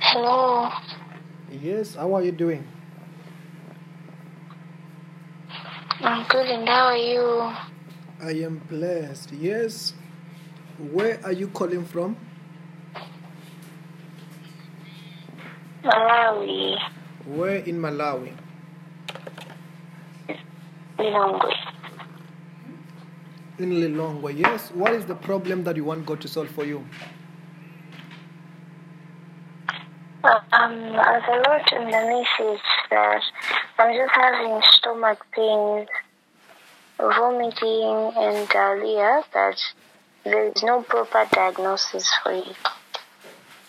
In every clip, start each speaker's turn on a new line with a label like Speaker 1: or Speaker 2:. Speaker 1: Hello.
Speaker 2: Yes, how are you doing?
Speaker 1: I'm good and how are you?
Speaker 2: I am blessed. Yes. Where are you calling from?
Speaker 1: Malawi.
Speaker 2: Where in Malawi?
Speaker 1: Lilongwe.
Speaker 2: In Lilongwe. Yes. What is the problem that you want God to solve for you?
Speaker 1: Um, as I wrote in the message that I'm just having stomach pains, vomiting and diarrhea that there is no proper diagnosis for it.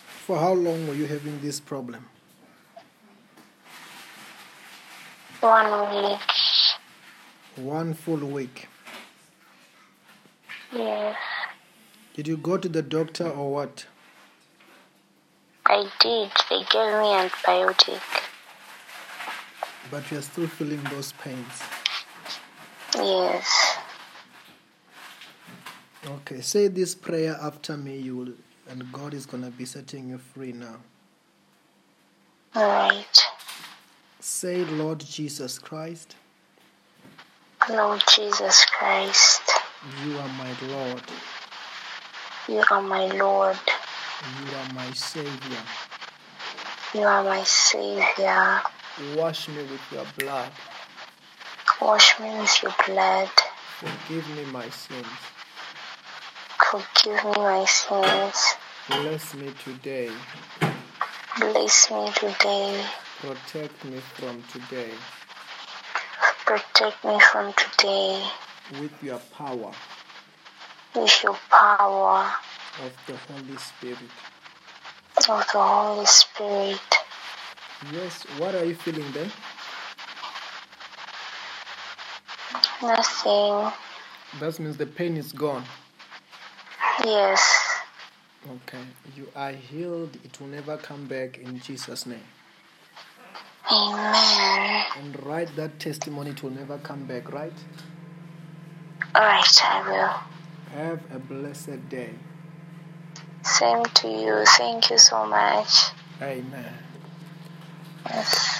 Speaker 2: For how long were you having this problem?
Speaker 1: One week.
Speaker 2: One full week.
Speaker 1: Yes.
Speaker 2: Did you go to the doctor or what?
Speaker 1: I did. They gave me antibiotic.
Speaker 2: But you are still feeling those pains.
Speaker 1: Yes.
Speaker 2: Okay, say this prayer after me, you will, and God is going to be setting you free now.
Speaker 1: Alright.
Speaker 2: Say, Lord Jesus Christ,
Speaker 1: Lord Jesus Christ,
Speaker 2: you are my Lord,
Speaker 1: you are my Lord.
Speaker 2: you are my Savior.
Speaker 1: You are my Savior.
Speaker 2: Wash me with your blood,
Speaker 1: Wash me with your blood.
Speaker 2: forgive me my sins,
Speaker 1: Forgive me my sins.
Speaker 2: bless me today,
Speaker 1: Bless me today.
Speaker 2: protect me from today
Speaker 1: Protect me from today
Speaker 2: with your power
Speaker 1: with your power
Speaker 2: of the Holy Spirit.
Speaker 1: of the Holy Spirit.
Speaker 2: Yes, what are you feeling then?
Speaker 1: Nothing.
Speaker 2: That means the pain is gone.
Speaker 1: Yes.
Speaker 2: Okay, you are healed. It will never come back in Jesus' name.
Speaker 1: Amen.
Speaker 2: And write that testimony, it will never come back, right?
Speaker 1: Alright, I
Speaker 2: Have a blessed day.
Speaker 1: will. Same to you. Thank you so much.
Speaker 2: Amen.
Speaker 1: Yes.